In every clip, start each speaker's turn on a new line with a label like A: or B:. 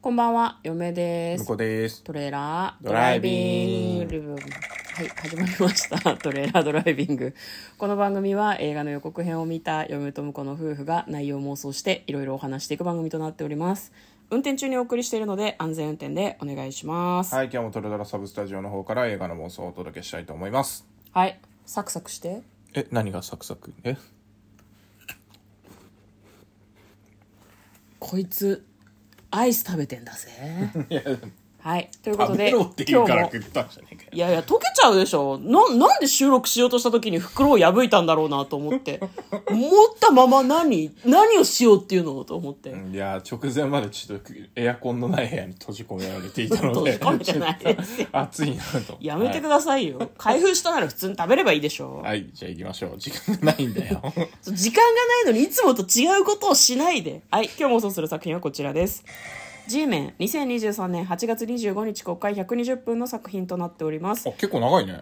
A: こんばんは、嫁で
B: 向
A: す
B: こ。うです。
A: トレーラード
B: ド
A: ラ
B: ラ
A: イ
B: イ
A: ビ
B: ビ
A: ン
B: ン
A: グ。はい、始まりました。 トレーラードライビング。この番組は映画の予告編を見た嫁と婿の夫婦が内容妄想していろいろお話していく番組となっております。運転中にお送りしているので安全運転でお願いします。はい、
B: はい、今日もトレドラサブスタジオの方から映画の妄想をお届けしたいと思います。
A: サクサクして。
B: え、何がサクサクえ
A: こいつ、アイス食べてんだぜ。
B: いや、
A: はい、ということ
B: 食べ
A: で、
B: ろって言うから
A: 今日
B: 食
A: も
B: ったんじゃねえかよ。
A: いやいや、溶けちゃうでしょ。な、なんで収録しようとした時に袋を破いたんだろうなと思 って。持ったまま何何をしようっていうのと思って。
B: いや、直前までちょっとエアコンのない部屋に 閉じ込められていたの
A: 閉じ
B: で、
A: 込めてないですよ
B: 暑いなと。
A: やめてく
B: さ
A: ださいよ。開封したなら普通に食べればいいでしょ。
B: い。はい、じゃあ行きましょう。時間がないん だよ。
A: 時間がないのにいつもと違うことをしないで。はい、今日妄想する作品はこちらです。G メン2023年8月25日公開120分の作品となっております
B: あ。結構長いね。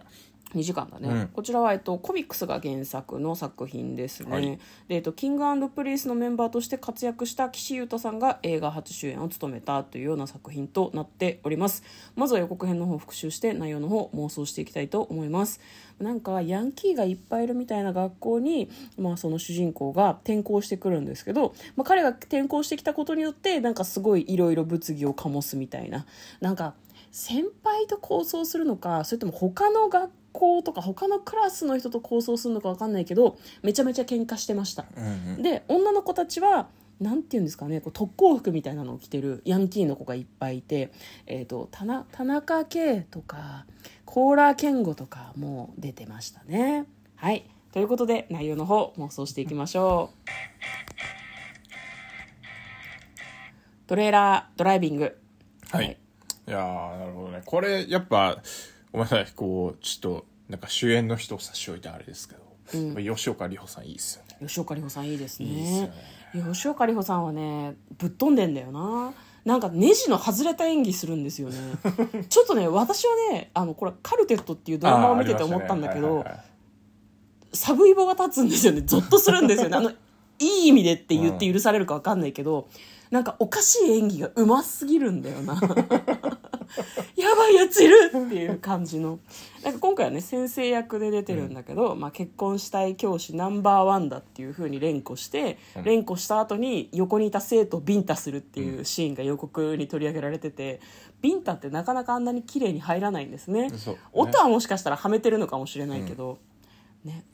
A: 2時間だね、
B: うん
A: こちらは、えっと、コミックスが原作の作品ですね、
B: はい
A: でえっと、キングプリンスのメンバーとして活躍した岸優太さんが映画初主演を務めたというような作品となっておりますまずは予告編の方を復習して内容の方を妄想していきたいと思いますなんかヤンキーがいっぱいいるみたいな学校に、まあ、その主人公が転校してくるんですけど、まあ、彼が転校してきたことによってなんかすごいいろいろ物議を醸すみたいななんか先輩と構想するのかそれとも他の学校とか他のクラスの人と構想するのか分かんないけどめちゃめちゃ喧嘩してました、
B: うんうん。
A: で女の子たちはなんて言うんですかねこう特攻服みたいなのを着てるヤンキーの子がいっぱいいて、えー、と田な田中圭とかコーラ健吾とかも出てましたねはいということで内容の方妄想していきましょうトレーラードライビング
B: はい。いやー、なるほどね。これ、やっぱ、ごめんなさい、こう、ちょっと、なんか主演の人を差し置いてあれですけど、やっぱ吉岡里帆さんいいっすよね。
A: 吉岡里帆さんいいですね
B: いいっすよね
A: 吉岡里帆さんはねぶっ飛んでんだよななんかネジの外れた演技するんですよ ねちょっとね私はねあのこれ「カルテット」っていうドラマを見てて思ったんだけど、
B: あーありましたねはいはいはい
A: サブイボが立つんですよねゾッとするんですよ ねあのいい意味でって言って許されるか分かんないけど、なんかおかしい演技がうますぎるんだよな やばいやついるっていう感じのなんか今回はね先生役で出てるんだけど、まあ、結婚したい教師ナンバーワンだっていうふうに連呼して、連呼した後に横にいた生徒をビンタするっていうシーンが予告に取り上げられててビンタってなかなかあんなに綺麗に入らないんですね
B: そうね
A: 音はもしかしたらはめてるのかもしれないけど、ね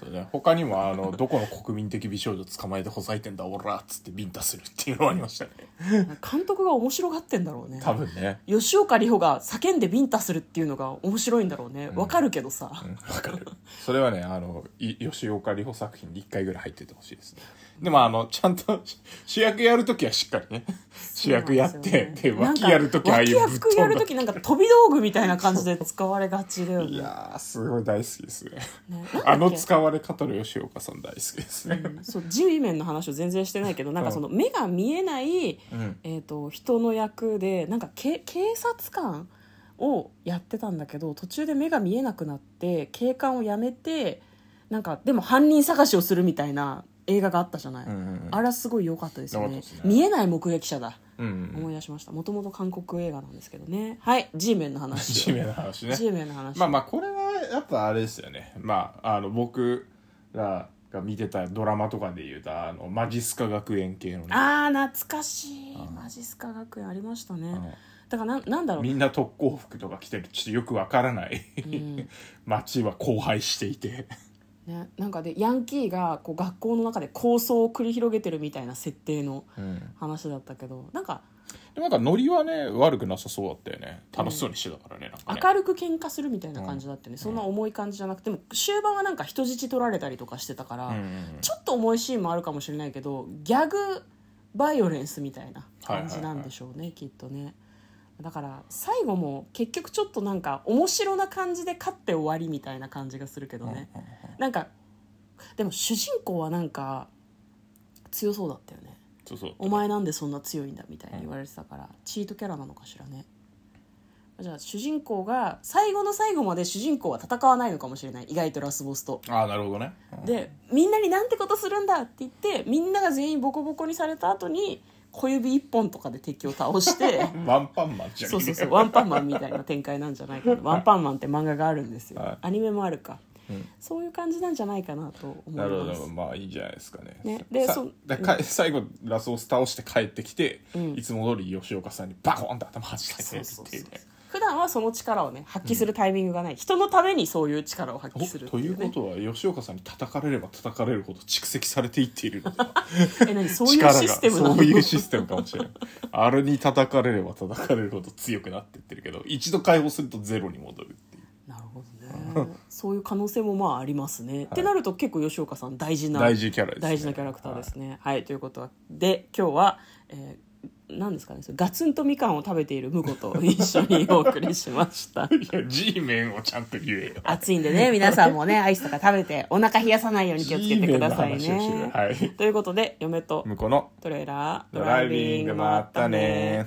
B: そうね、他にもあのどこの国民的美少女捕まえてほざいてんだオラっつってビンタするっていうのもあり ましたね
A: 監督が面白がってんだろうね
B: 多分ね
A: 吉岡里帆が叫んでビンタするっていうのが面白いんだろうねわかるけどさ、
B: うんわかるそれはねあのい吉岡里帆作品に1回ぐらい入っててほしいですねでもあのちゃんと主役やるときはしっかりね主役やってで,、
A: なん
B: 脇
A: か
B: やるときああいう
A: 脇
B: ぶっ
A: 役や
B: 飛ん
A: る
B: だ
A: 時なんか飛び道具みたいな感じで使われがちだよ
B: い
A: ね
B: やーすごい大好きですね
A: ね
B: あの使われ方の吉岡さん大好きですね、
A: そう地位面の話を全然してないけどなんかその目が見えない、
B: うん
A: えー、と人の役でなんかけ警察官をやってたんだけど途中で目が見えなくなって警官をやめてなんかでも犯人探しをするみたいな映画があったじゃない、
B: うんうんうん
A: あれはすごい良かったですよね
B: 良かったですね
A: 見えない目撃者だ、
B: うん うん
A: 思い出しましたもともと韓国映画なんですけどねはい G 面の話
B: 地面の話ね
A: G 面の話、
B: まあまあこれはやっぱあれですよねまああの僕らが見てたドラマとかで言うとあのマジスカ学園系のね
A: あー懐かしいマジスカ学園ありましたね
B: ん
A: だからなんなんだろう
B: みんな特攻服とか着てるちょっとよくわからない、
A: ん街
B: 街は荒廃していて
A: ね、なんかでヤンキーがこう学校の中で抗争を繰り広げてるみたいな設定の話だったけどなんか
B: でもなんかノリはね悪くなさそうだったよね楽しそうにしてたからね、なんかね
A: 明るく喧嘩するみたいな感じだってね、そんな重い感じじゃなくてでも終盤はなんか人質取られたりとかしてたから、
B: うんうんうん
A: ちょっと重いシーンもあるかもしれないけどギャグバイオレンスみたいな感じなんでしょうね、きっとねだから最後も結局ちょっとなんか面白な感じで勝って終わりみたいな感じがするけどね、なんかでも主人公はなんか強そうだったよね
B: そうそう
A: お前なんでそんな強いんだみたいに言われてたから、チートキャラなのかしらねじゃあ主人公が最後の最後まで主人公は戦わないのかもしれない意外とラスボスと
B: ああなるほどね、
A: でみんなになんてことするんだって言ってみんなが全員ボコボコにされた後に小指一本とかで敵を倒して
B: ワンパンマンじゃん
A: そうそうそうワンパンマンみたいな展開なんじゃないかなワンパンマンって漫画があるんですよ、
B: はい
A: アニメもあるか、
B: うん
A: そういう感じなんじゃないかなと思い
B: なるほ
A: ま
B: ど
A: す
B: まあいいじゃないですかね
A: ねで
B: さ
A: そう
B: でか最後ラスボス倒して帰ってきて、
A: うん
B: いつも通り吉岡さんにバコンって頭はじかれて
A: そ
B: る
A: う
B: っ
A: そう
B: て
A: そ
B: いううね
A: 普段はその力をね発揮するタイミングがない、人のためにそういう力を発揮するって
B: おと
A: い、
B: いうう
A: ね
B: こ、とは吉岡さんに叩かれれば叩かれるほど蓄積されていっているのでは
A: え何 そういう
B: 力が
A: システムなの
B: そういうシステムかもしれないあれに叩かれれば叩かれるほど強くなっていってるけど一度解放するとゼロに戻るっていう
A: なるほどねそういう可能性もまあありますね、ってなると結構吉岡さん大事な
B: 大事キャラです、ね、
A: 大事なキャラクターですね。はい、ということはで今日は、えー、何ですかねそれガツンとみかんを食べている婿と一緒にお送りしま した。
B: いや G メンをちゃんと言えよ
A: 暑いんでね皆さんもねアイスとか食べてお腹冷やさないように気をつけ
B: G
A: て
B: メ
A: く
B: ンの
A: ださい
B: 話をしてる
A: ね。
B: はい
A: ということで嫁と
B: 向こうの
A: トレーラー
B: ドライビングもあったね